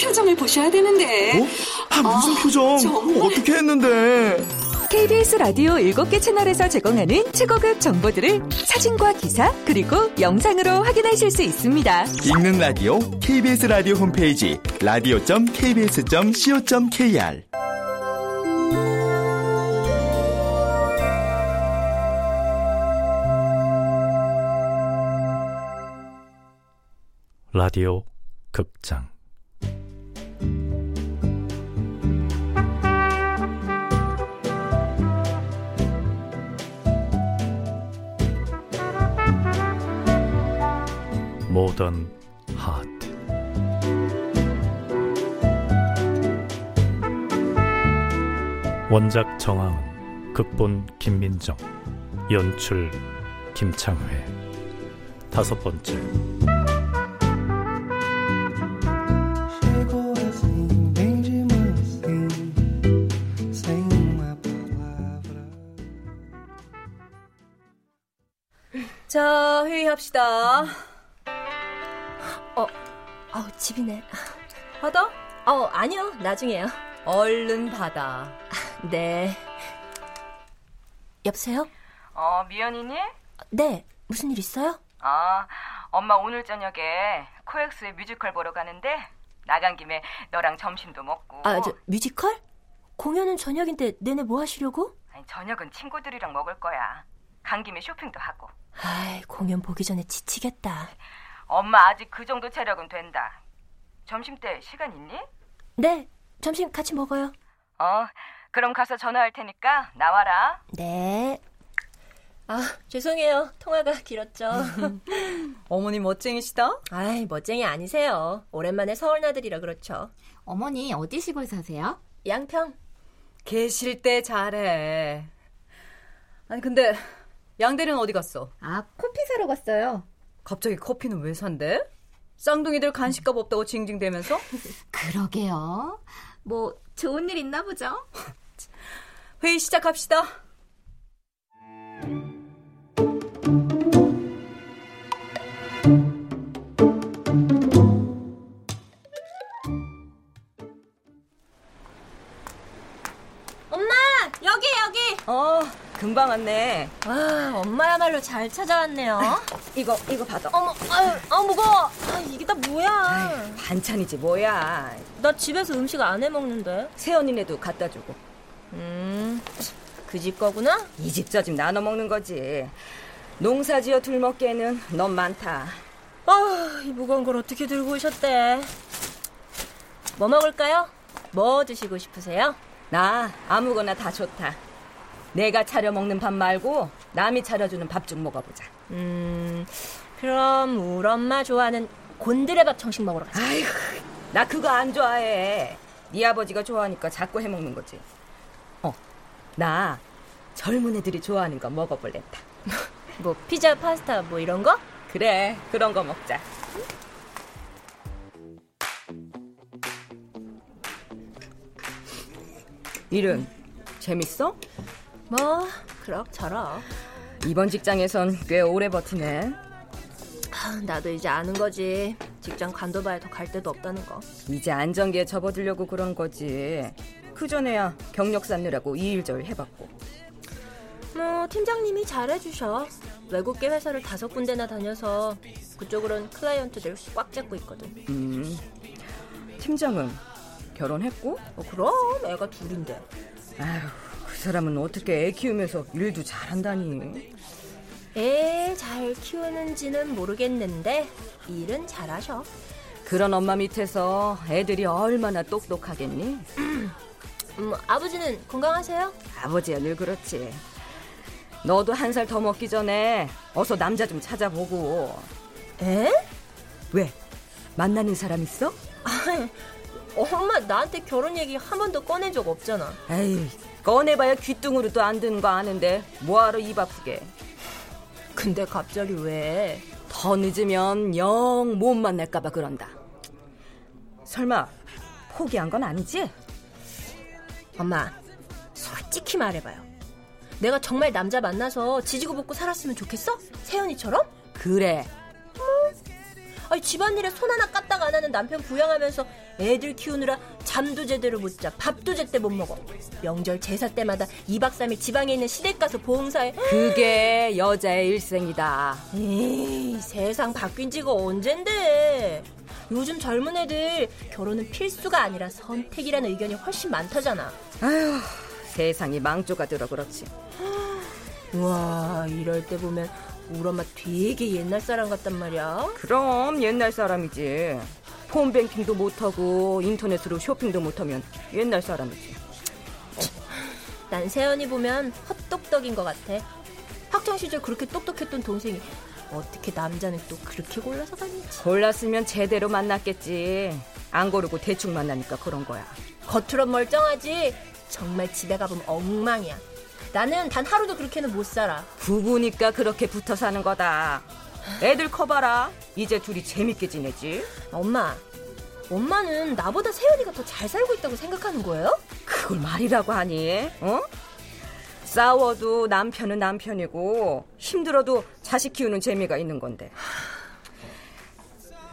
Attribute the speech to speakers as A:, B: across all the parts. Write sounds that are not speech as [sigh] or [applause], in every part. A: 표정을 보셔야 되는데.
B: 어? 아, 무슨 표정?
A: 정말.
B: 어떻게 했는데?
C: KBS 라디오 7개 채널에서 제공하는 최고급 정보들을 사진과 기사 그리고 영상으로 확인하실 수 있습니다.
B: 읽는 라디오 KBS 라디오 홈페이지 radio.kbs.co.kr
D: 라디오 극장 모던 하트 원작 정하은 극본 김민정 연출 김창회 다섯 번째
E: 자, 회의합시다.
F: 어우, 집이네.
E: 받아?
F: 어, 아니요. 나중에요.
E: 얼른 받아.
F: 네. 여보세요?
G: 어, 미연이니?
F: 네. 무슨 일 있어요?
G: 아, 엄마 오늘 저녁에 코엑스의 뮤지컬 보러 가는데 나간 김에 너랑 점심도 먹고.
F: 아, 저, 뮤지컬? 공연은 저녁인데 내내 뭐 하시려고?
G: 아니, 저녁은 친구들이랑 먹을 거야. 간 김에 쇼핑도 하고.
F: 아이, 공연 보기 전에 지치겠다.
G: 엄마 아직 그 정도 체력은 된다. 점심 때 시간 있니?
F: 네. 점심 같이 먹어요.
G: 어, 그럼 가서 전화할 테니까 나와라.
F: 네. 아, 죄송해요. 통화가 [laughs] 길었죠.
E: 어머니 멋쟁이시다.
F: 아이, 멋쟁이 아니세요. 오랜만에 서울 나들이라 그렇죠.
H: 어머니 어디 시골 사세요?
F: 양평.
E: 계실 때 잘해. 아니, 근데 양대리는 어디 갔어?
H: 아 커피 사러 갔어요.
E: 갑자기 커피는 왜 산대? 쌍둥이들 간식값 없다고 징징대면서?
H: 그러게요. 뭐 좋은 일 있나 보죠?
E: 회의 시작합시다.
F: 엄마! 여기, 여기!
E: 어, 금방 왔네.
F: 와, 아, 엄마야말로 잘 찾아왔네요.
E: 이거, 이거 받아.
F: 어머, 아유, 아 무거워. 아, 이게 다 뭐야?
E: 반찬이지 뭐야.
F: 나 집에서 음식 안 해 먹는데.
E: 새언니네도 갖다 주고.
F: 음, 그 집 거구나.
E: 이 집 저 집 나눠 먹는 거지. 농사지어 둘먹기에는 넌 많다.
F: 아휴, 이 무거운 걸 어떻게 들고 오셨대? 뭐 먹을까요? 뭐 드시고 싶으세요?
E: 나 아무거나 다 좋다. 내가 차려 먹는 밥 말고 남이 차려주는 밥 좀 먹어보자.
F: 음, 그럼 우리 엄마 좋아하는 곤드레밥 정식 먹으러 가자.
E: 아이고, 나 그거 안 좋아해. 네 아버지가 좋아하니까 자꾸 해먹는 거지. 어, 나 젊은 애들이 좋아하는 거 먹어볼랬다.
F: [laughs] 뭐 피자, 파스타 뭐 이런 거?
E: 그래, 그런 거 먹자. 이름 재밌어?
F: 뭐 그럭저럭.
E: 이번 직장에선 꽤 오래 버티네.
F: 아, 나도 이제 아는 거지. 직장 간도봐야 더 갈 데도 없다는 거.
E: 이제 안정기에 접어들려고 그런 거지. 그전에야 경력 쌓느라고 이일저일 해봤고.
F: 뭐 팀장님이 잘해주셔 외국계 회사를 다섯 군데나 다녀서 그쪽으론 클라이언트들 꽉 잡고 있거든
E: 음. 팀장은 결혼했고?
F: 어, 그럼 애가 둘인데
E: 아휴, 그 사람은 어떻게 애 키우면서 일도 잘한다니.
F: 애 잘 키우는지는 모르겠는데 일은 잘하셔
E: 그런 엄마 밑에서 애들이 얼마나 똑똑하겠니?
F: 음, 아버지는 건강하세요?
E: 아버지야 늘 그렇지. 너도 한 살 더 먹기 전에 어서 남자 좀 찾아보고.
F: 에?
E: 왜? 만나는 사람 있어?
F: [laughs] 엄마 나한테 결혼 얘기 한 번도 꺼낸 적 없잖아
E: 에이, 꺼내봐야 귀뚱으로도 안 드는 거 아는데 뭐하러 입 아프게.
F: 근데 갑자기 왜?
E: 더 늦으면 영 못 만날까봐 그런다. 설마 포기한 건 아니지?
F: 엄마 솔직히 말해봐요 내가 정말 남자 만나서 지지고 볶고 살았으면 좋겠어? 세연이처럼?
E: 그래.
F: 뭐? 아니, 집안일에 손 하나 까딱 안 하는 남편 부양하면서 애들 키우느라 잠도 제대로 못 자, 밥도 제때 못 먹어. 명절 제사 때마다 2박 3일 지방에 있는 시댁 가서 보험사에
E: 그게 여자의 일생이다.
F: 에이, 세상 바뀐 지가 언젠데. 요즘 젊은 애들 결혼은 필수가 아니라 선택이라는 의견이 훨씬 많다잖아.
E: 아휴, 세상이 망조가 들어 그렇지.
F: 우와, 이럴 때 보면 우리 엄마 되게 옛날 사람 같단 말이야.
E: 그럼 옛날 사람이지. 폰뱅킹도 못하고 인터넷으로 쇼핑도 못하면 옛날 사람이지.
F: 난 세연이 보면 헛똑똑인 것 같아. 학창 시절 그렇게 똑똑했던 동생이 어떻게 남자는 또 그렇게 골라서 다니지?
E: 골랐으면 제대로 만났겠지. 안 고르고 대충 만나니까 그런 거야.
F: 겉으론 멀쩡하지. 정말 집에 가보면 엉망이야. 나는 단 하루도 그렇게는 못 살아.
E: 부부니까 그렇게 붙어 사는 거다. 애들 커봐라. 이제 둘이 재밌게 지내지.
F: 엄마, 엄마는 나보다 세연이가 더 잘 살고 있다고 생각하는 거예요?
E: 그걸 말이라고 하니? 어? 싸워도 남편은 남편이고 힘들어도 자식 키우는 재미가 있는 건데.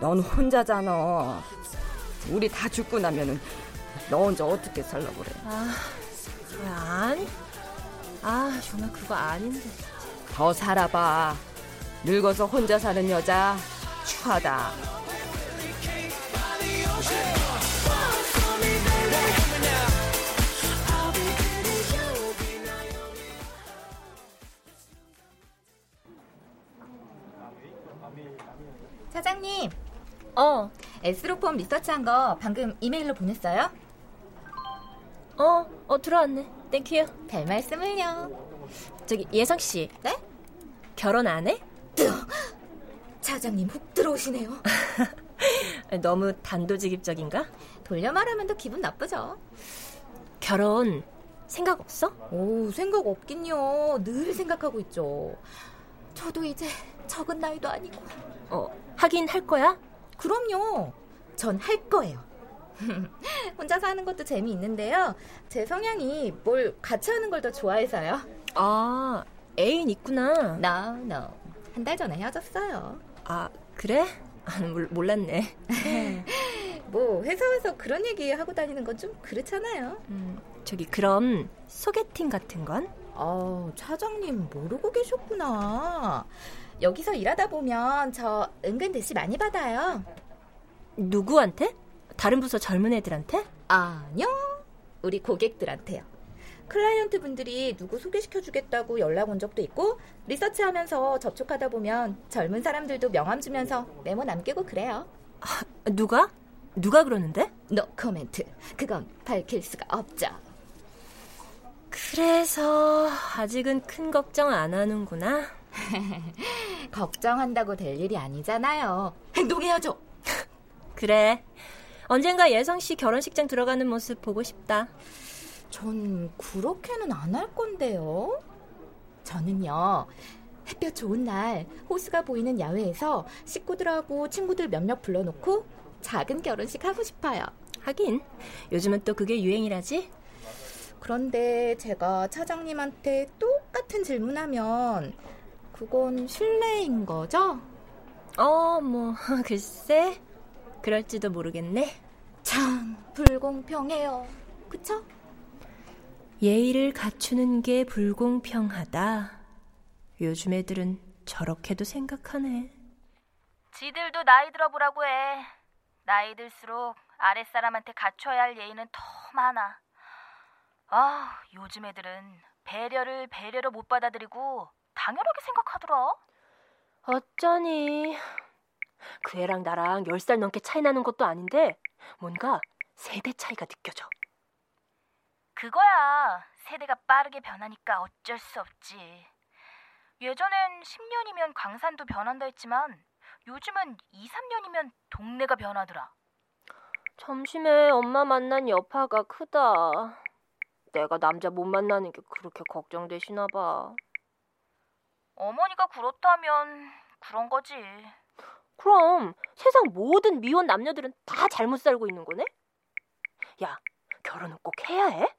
E: 넌 혼자잖아. 우리 다 죽고 나면은 너 혼자 어떻게 살려고 그래?
F: 아, 아니. 아, 정말 그거 아닌데.
E: 더 살아봐. 늙어서 혼자 사는 여자 추하다.
H: 사장님,
F: 어,
H: 에스로폼 리서치한 거 방금 이메일로 보냈어요?
F: 어, 어, 들어왔네. 땡큐요.
H: 별 말씀을요.
F: 저기, 예성씨.
H: 네?
F: 결혼 안 해?
H: 차장님 훅 들어오시네요.
F: 너무 단도직입적인가?
H: [laughs] 돌려 말하면 더 기분 나쁘죠.
F: 결혼 생각 없어?
H: 오, 생각 없긴요. 늘 생각하고 있죠. 저도 이제 적은 나이도 아니고.
F: 어, 하긴 할 거야?
H: 그럼요. 어, 전 할 [laughs] 거예요. 혼자 사는 것도 재미있는데요. 제 성향이 뭘 같이 하는 걸 더 좋아해서요.
F: 아, 애인 있구나.
H: No, no. 한 달 전에 헤어졌어요.
F: 아, 그래? 아, 몰- 몰랐네.
H: 뭐 회사에서 그런 얘기 하고 다니는 건 좀 그렇잖아요.
F: 음, 저기, 그럼 소개팅 같은 건?
H: 아, 차장님 모르고 계셨구나. 여기서 일하다 보면 저 은근 대시 많이 받아요.
F: 누구한테? 다른 부서 젊은 애들한테?
H: 아니요. 우리 고객들한테요. 클라이언트 분들이 누구 소개시켜 주겠다고 연락 온 적도 있고 리서치 하면서 접촉하다 보면 젊은 사람들도 명함 주면서 메모 남기고 그래요.
F: 누가? 누가 그러는데?
H: 노 코멘트. 그건 밝힐 수가 없죠.
F: 그래서 아직은 큰 걱정 안 하는구나.
H: 걱정한다고 될 일이 아니잖아요. 행동해야죠.
F: 그래. 언젠가 예성 씨 결혼식장 들어가는 모습 보고 싶다.
H: 전 그렇게는 안 할 건데요. 저는요. 햇볕 좋은 날 호수가 보이는 야외에서 식구들하고 친구들 몇몇 불러놓고 작은 결혼식 하고 싶어요.
F: 하긴 요즘은 또 그게 유행이라지.
H: 그런데 제가 차장님한테 똑같은 질문하면 그건 신뢰인 거죠?
F: 어, 뭐 [laughs] 글쎄. 그럴지도 모르겠네.
H: 참 불공평해요. 그쵸?
F: 예의를 갖추는 게 불공평하다. 요즘 애들은 저렇게도 생각하네.
G: 지들도 나이 들어보라고 해. 나이 들수록 아랫사람한테 갖춰야 할 예의는 더 많아. 아, 요즘 애들은 배려를 배려로 못 받아들이고 당연하게 생각하더라.
F: 어쩌니. 그 애랑 나랑 10살 넘게 차이 나는 것도 아닌데 뭔가 세대 차이가 느껴져.
G: 그거야. 세대가 빠르게 변하니까 어쩔 수 없지. 예전엔 10년이면 광산도 변한다 했지만 요즘은 2, 3년이면 동네가 변하더라.
F: 점심에 엄마 만난 여파가 크다. 내가 남자 못 만나는 게 그렇게 걱정되시나 봐.
G: 어머니가 그렇다면 그런 거지.
F: 그럼 세상 모든 미혼 남녀들은 다 잘못 살고 있는 거네? 야, 결혼은 꼭 해야 해?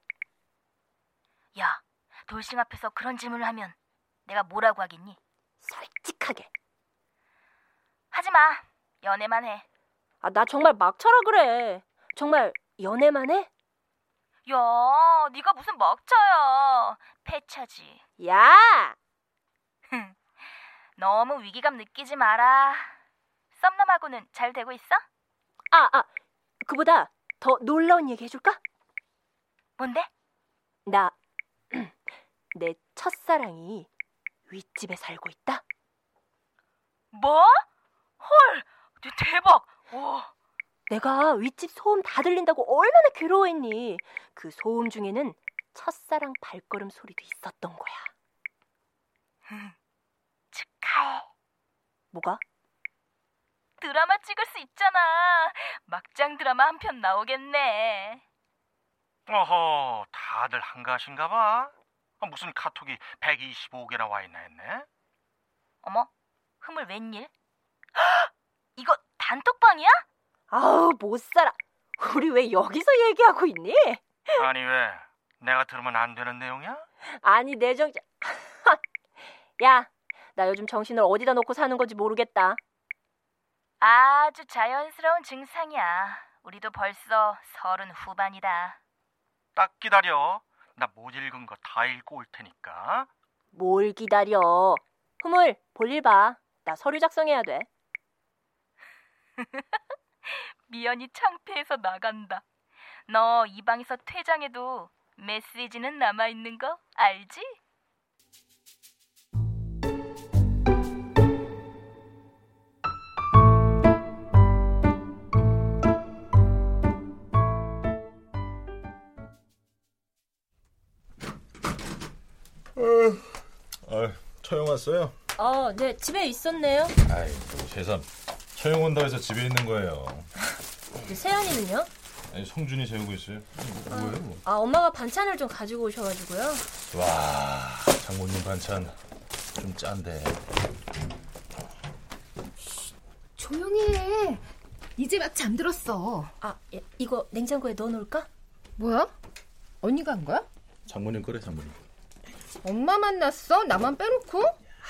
G: 야, 돌싱 앞에서 그런 질문을 하면 내가 뭐라고 하겠니?
F: 솔직하게.
G: 하지 마. 연애만 해.
F: 아, 나 정말 막차라 그래. 정말 연애만 해?
G: 야, 네가 무슨 먹쳐요. 패차지.
F: 야!
G: 너무 위기감 느끼지 마라. 썸남하고는 잘 되고 있어?
F: 아, 아. 그보다 더 놀라운 얘기 해줄까?
G: 뭔데?
F: 나, [clears throat] 내 첫사랑이 윗집에 살고 있다.
G: 뭐? 헐, 네 대- 대박. 오,
F: 내가 윗집 소음 다 들린다고 얼마나 괴로워했니. 그 소음 중에는 첫사랑 발걸음 소리도 있었던 거야.
G: 축하해.
F: 뭐가?
G: 드라마 찍을 수 있잖아. 막장 드라마 한 편 나오겠네.
A: 어허, 다들 한가하신가 봐. 아, 무슨 카톡이 125개나 와 있나 했네.
G: 어머, 흠을 웬일? [gasps] 이거 단톡방이야?
F: 아우, 못 살아. 우리 왜 여기서 얘기하고 있니?
A: 아니 왜? 내가 들으면 안 되는 내용이야?
F: 아니, 내 정신. [laughs] 야, 나 요즘 정신을 어디다 놓고 사는 건지 모르겠다.
G: 아주 자연스러운 증상이야. 우리도 벌써 서른 후반이다.
A: 딱 기다려. 나 못 읽은 거 다 읽고 올 테니까.
F: 뭘 기다려. 흐물, 볼일 봐. 나 서류 작성해야 돼.
G: 미연이 창피해서 나간다. 너 이 방에서 퇴장해도 메시지는 남아 있는 거 알지?
I: 아, 처형 왔어요?
F: 어, 네, 집에 있었네요.
I: 아이, 세상. 처형 온다 해서 집에 있는 거예요.
F: 네, 세연이는요?
I: 아니, 성준이 재우고 있어요. 뭐예요?
F: 아, 엄마가 반찬을 좀 가지고 오셔가지고요.
I: 와, 장모님 반찬 좀 짠데.
J: 조용히 해. 이제 막 잠들었어.
F: 아, 예, 이거 냉장고에 넣어놓을까?
H: 뭐야? 언니가 한 거야?
I: 장모님 거래, 장모님.
H: 엄마 만났어? 나만 빼놓고?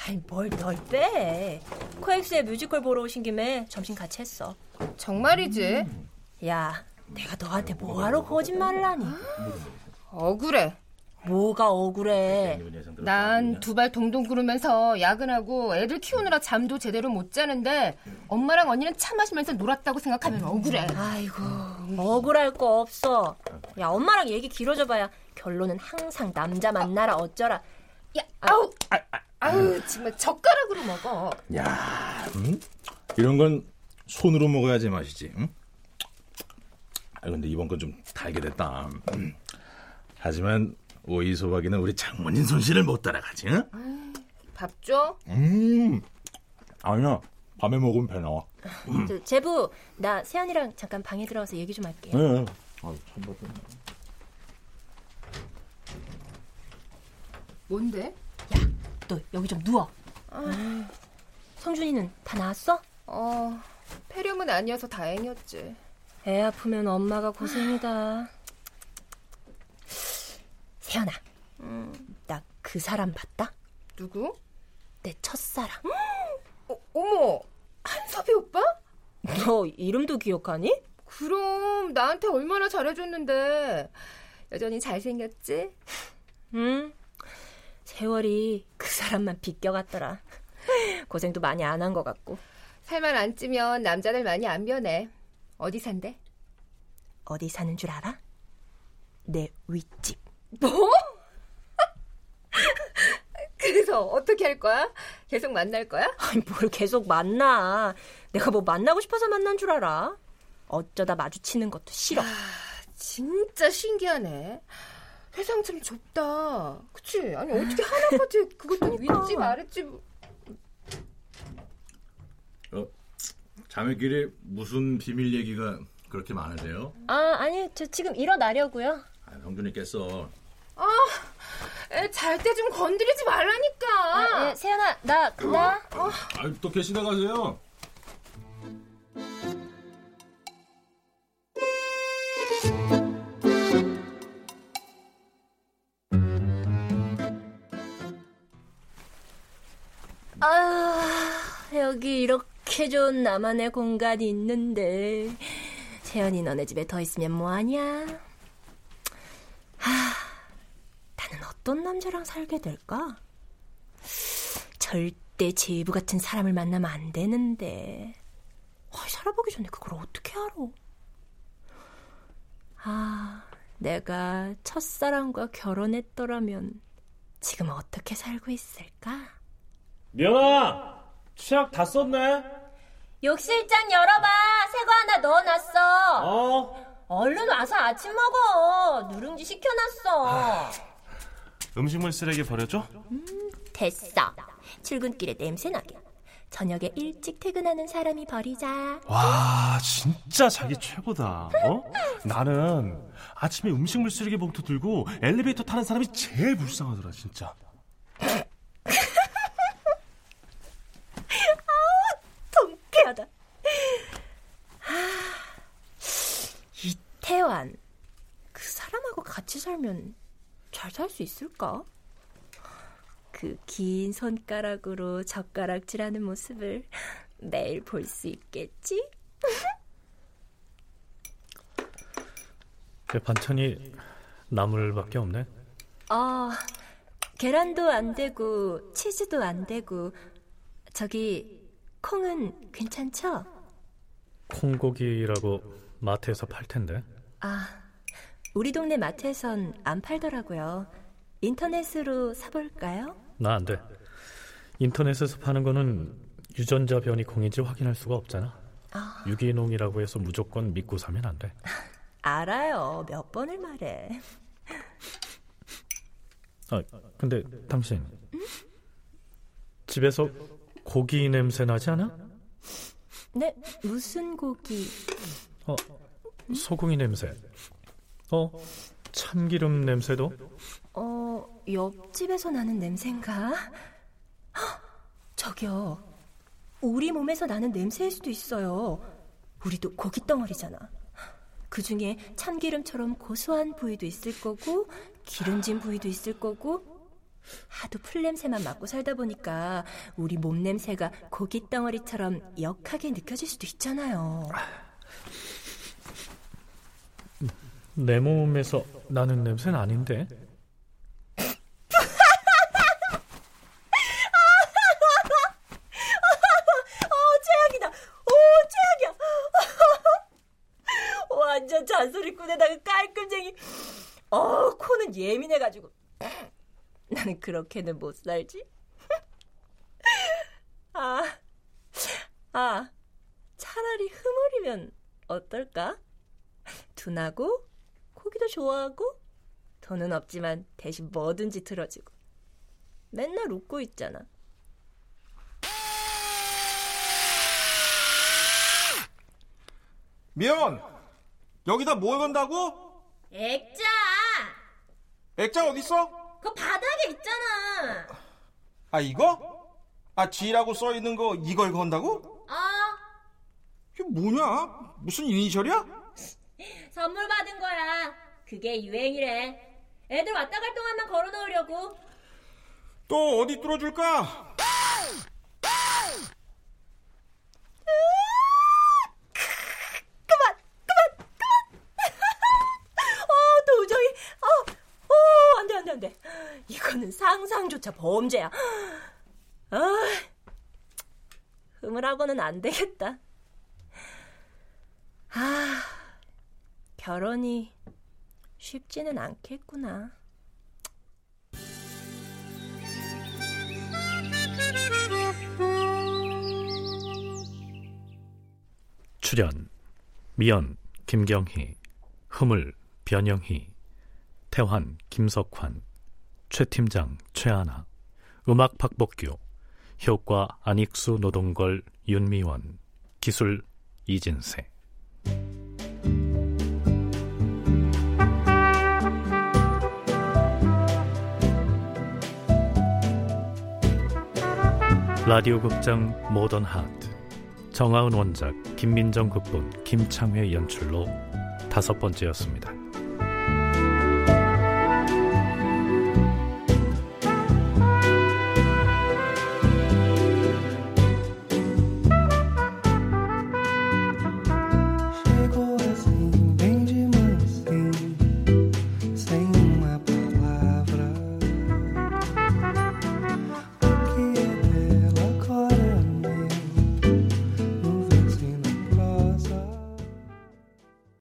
F: 아이, 뭘 널 빼. 코엑스의 뮤지컬 보러 오신 김에 점심 같이 했어.
H: 정말이지.
I: 음.
F: 야, 내가 너한테 뭐하러 거짓말을 하니?
H: 억울해.
F: 뭐가 억울해.
H: 난 두 발 동동 구르면서 야근하고 애들 키우느라 잠도 제대로 못 자는데 엄마랑 언니는 차 마시면서 놀았다고 생각하면 억울해.
F: 아이고, 억울할 거 없어. 야, 엄마랑 얘기 길어져봐야 결론은 항상 남자 만나라 어쩌라.
H: 야, 아우, 아우, 정말 젓가락으로 먹어.
I: 야, 음? 이런 건 손으로 먹어야지 맛이지. 응? 아 근데 이번 건 좀 달게 됐다. 음. 하지만 오이 소박이는 우리 장모님 손실을 못 따라가지. 응?
H: 밥 줘.
I: 음, 아니야. 밤에 먹으면 배 나와.
F: 저, 제부, 나 세연이랑 잠깐 방에 들어가서 얘기 좀 할게.
I: 네.
H: 뭔데?
F: 너 여기 좀 누워. 아, 성준이는 다 나았어?
H: 어, 폐렴은 아니어서 다행이었지.
F: 애 아프면 엄마가 고생이다. 세연아, 나 그 사람 봤다?
H: 누구?
F: 내 첫사랑.
H: 어, 어머, 한섭이 오빠?
F: 너 이름도 기억하니?
H: 그럼 나한테 얼마나 잘해줬는데 여전히 잘생겼지?
F: 응. 음? 세월이 그 사람만 비껴갔더라. 고생도 많이 안 한 것 같고.
H: 살만 안 찌면 남자들 많이 안 변해. 어디 산대? [laughs]
F: 어디 사는 줄 알아? 내 윗집.
H: 그래서 어떻게 할 거야? 계속 만날 거야?
F: 아니, 뭘 계속 만나. 내가 뭐 만나고 싶어서 만난 줄 알아? 어쩌다 마주치는 것도 싫어.
H: 진짜 신기하네. 세상 참 좁다. 그치? 아니 어떻게 하나까지 뭐. 그것도 윗집 아랫집
I: 자매끼리 무슨 비밀 얘기가 그렇게 많으세요?
F: 아, 아니, 저 지금 일어나려고요.
I: 아, 형준이 깼어.
H: 아, 애 잘 때 좀 건드리지 말라니까.
F: 예, 세연아, 나 간다.
I: 아, 또 계시다 가세요.
F: 아, 여기 이렇게 이렇게 좋은 나만의 공간이 있는데 세연이 너네 집에 더 있으면 뭐하냐? 하, 나는 어떤 남자랑 살게 될까? 절대 제이브 같은 사람을 만나면 안 되는데 아, 살아보기 전에 그걸 어떻게 알아? 아, 내가 첫사랑과 결혼했더라면 지금 어떻게 살고 있을까?
K: 미연아, 치약 다 썼네?
F: 욕실장 열어봐. 새거 하나 넣어놨어.
K: 어?
F: 얼른 와서 아침 먹어. 누룽지 시켜놨어.
K: 아, 음식물 쓰레기 버려줘?
F: 됐어. 출근길에 냄새나게. 저녁에 일찍 퇴근하는 사람이 버리자.
K: 와, 진짜 자기 최고다. 어? 나는 아침에 음식물 쓰레기 봉투 들고 엘리베이터 타는 사람이 제일 불쌍하더라, 진짜.
F: 통쾌하다. 이태환. 그 사람하고 같이 살면 잘 살 수 있을까? 그 긴 손가락으로 젓가락질하는 모습을 매일 볼 수 있겠지?
D: 그 반찬이 나물밖에 없네.
F: 아, 계란도 안 되고 치즈도 안 되고 저기 콩은 괜찮죠?
D: 콩고기라고 마트에서 팔 텐데.
F: 아, 우리 동네 마트에선 안 팔더라고요. 인터넷으로 사볼까요?
D: 나 안 돼. 인터넷에서 파는 거는 유전자 변이 콩인지 확인할 수가 없잖아.
F: 아.
D: 유기농이라고 해서 무조건 믿고 사면 안 돼.
F: 알아요. 몇 번을 말해.
D: 아, 근데 당신 집에서 고기 냄새 나지 않아?
F: 네, 무슨 고기?
D: 어, 소고기 냄새. 어, 참기름 냄새도.
F: 어, 옆집에서 나는 냄새인가? 헉, 저기요. 우리 몸에서 나는 냄새일 수도 있어요. 우리도 고기 덩어리잖아. 그 중에 참기름처럼 고소한 부위도 있을 거고, 기름진 부위도 있을 거고, 하도 풀냄새만 맡고 살다 보니까 우리 몸 냄새가 고기 덩어리처럼 역하게 느껴질 수도 있잖아요.
D: 내 몸에서 나는 냄새는 아닌데.
F: 어, 최악이다. 오, 최악이야. [laughs] 완전 잔소리꾼에다가 깔끔쟁이. 어, 코는 예민해가지고. [laughs] 나는 그렇게는 못 살지. [laughs] 아, 아, 차라리 흐물이면 어떨까? 둔하고, 고기도 좋아하고, 돈은 없지만 대신 뭐든지 들어주고. 맨날 웃고 있잖아.
L: 미연 여기다 뭘 건다고?
F: 액자!
L: 액자 어딨어?
F: 그 바닥에 있잖아!
L: 아 이거? 아 G라고 써있는 거 이걸 건다고?
F: 어,
L: 이게 뭐냐? 무슨 이니셜이야?
F: 선물 받은 거야. 그게 유행이래. 애들 왔다 갈 동안만 걸어 놓으려고.
L: 또 어디 뚫어줄까?
F: 어, 도저히, 어, 어, 안 돼, 안 돼, 안 돼. 이거는 상상조차 범죄야. 아, 흐물하고는 안 되겠다. 아, 결혼이 쉽지는 않겠구나.
D: 출연 미연, 김경희, 흐물, 변영희, 태환, 김석환, 최팀장, 최하나, 음악 박복규, 효과 안익수, 노동걸, 윤미원, 기술 이진세. 라디오 극장 모던 하트 정하은 원작 김민정 극본 김창회 연출로 다섯 번째였습니다.
L: assim, é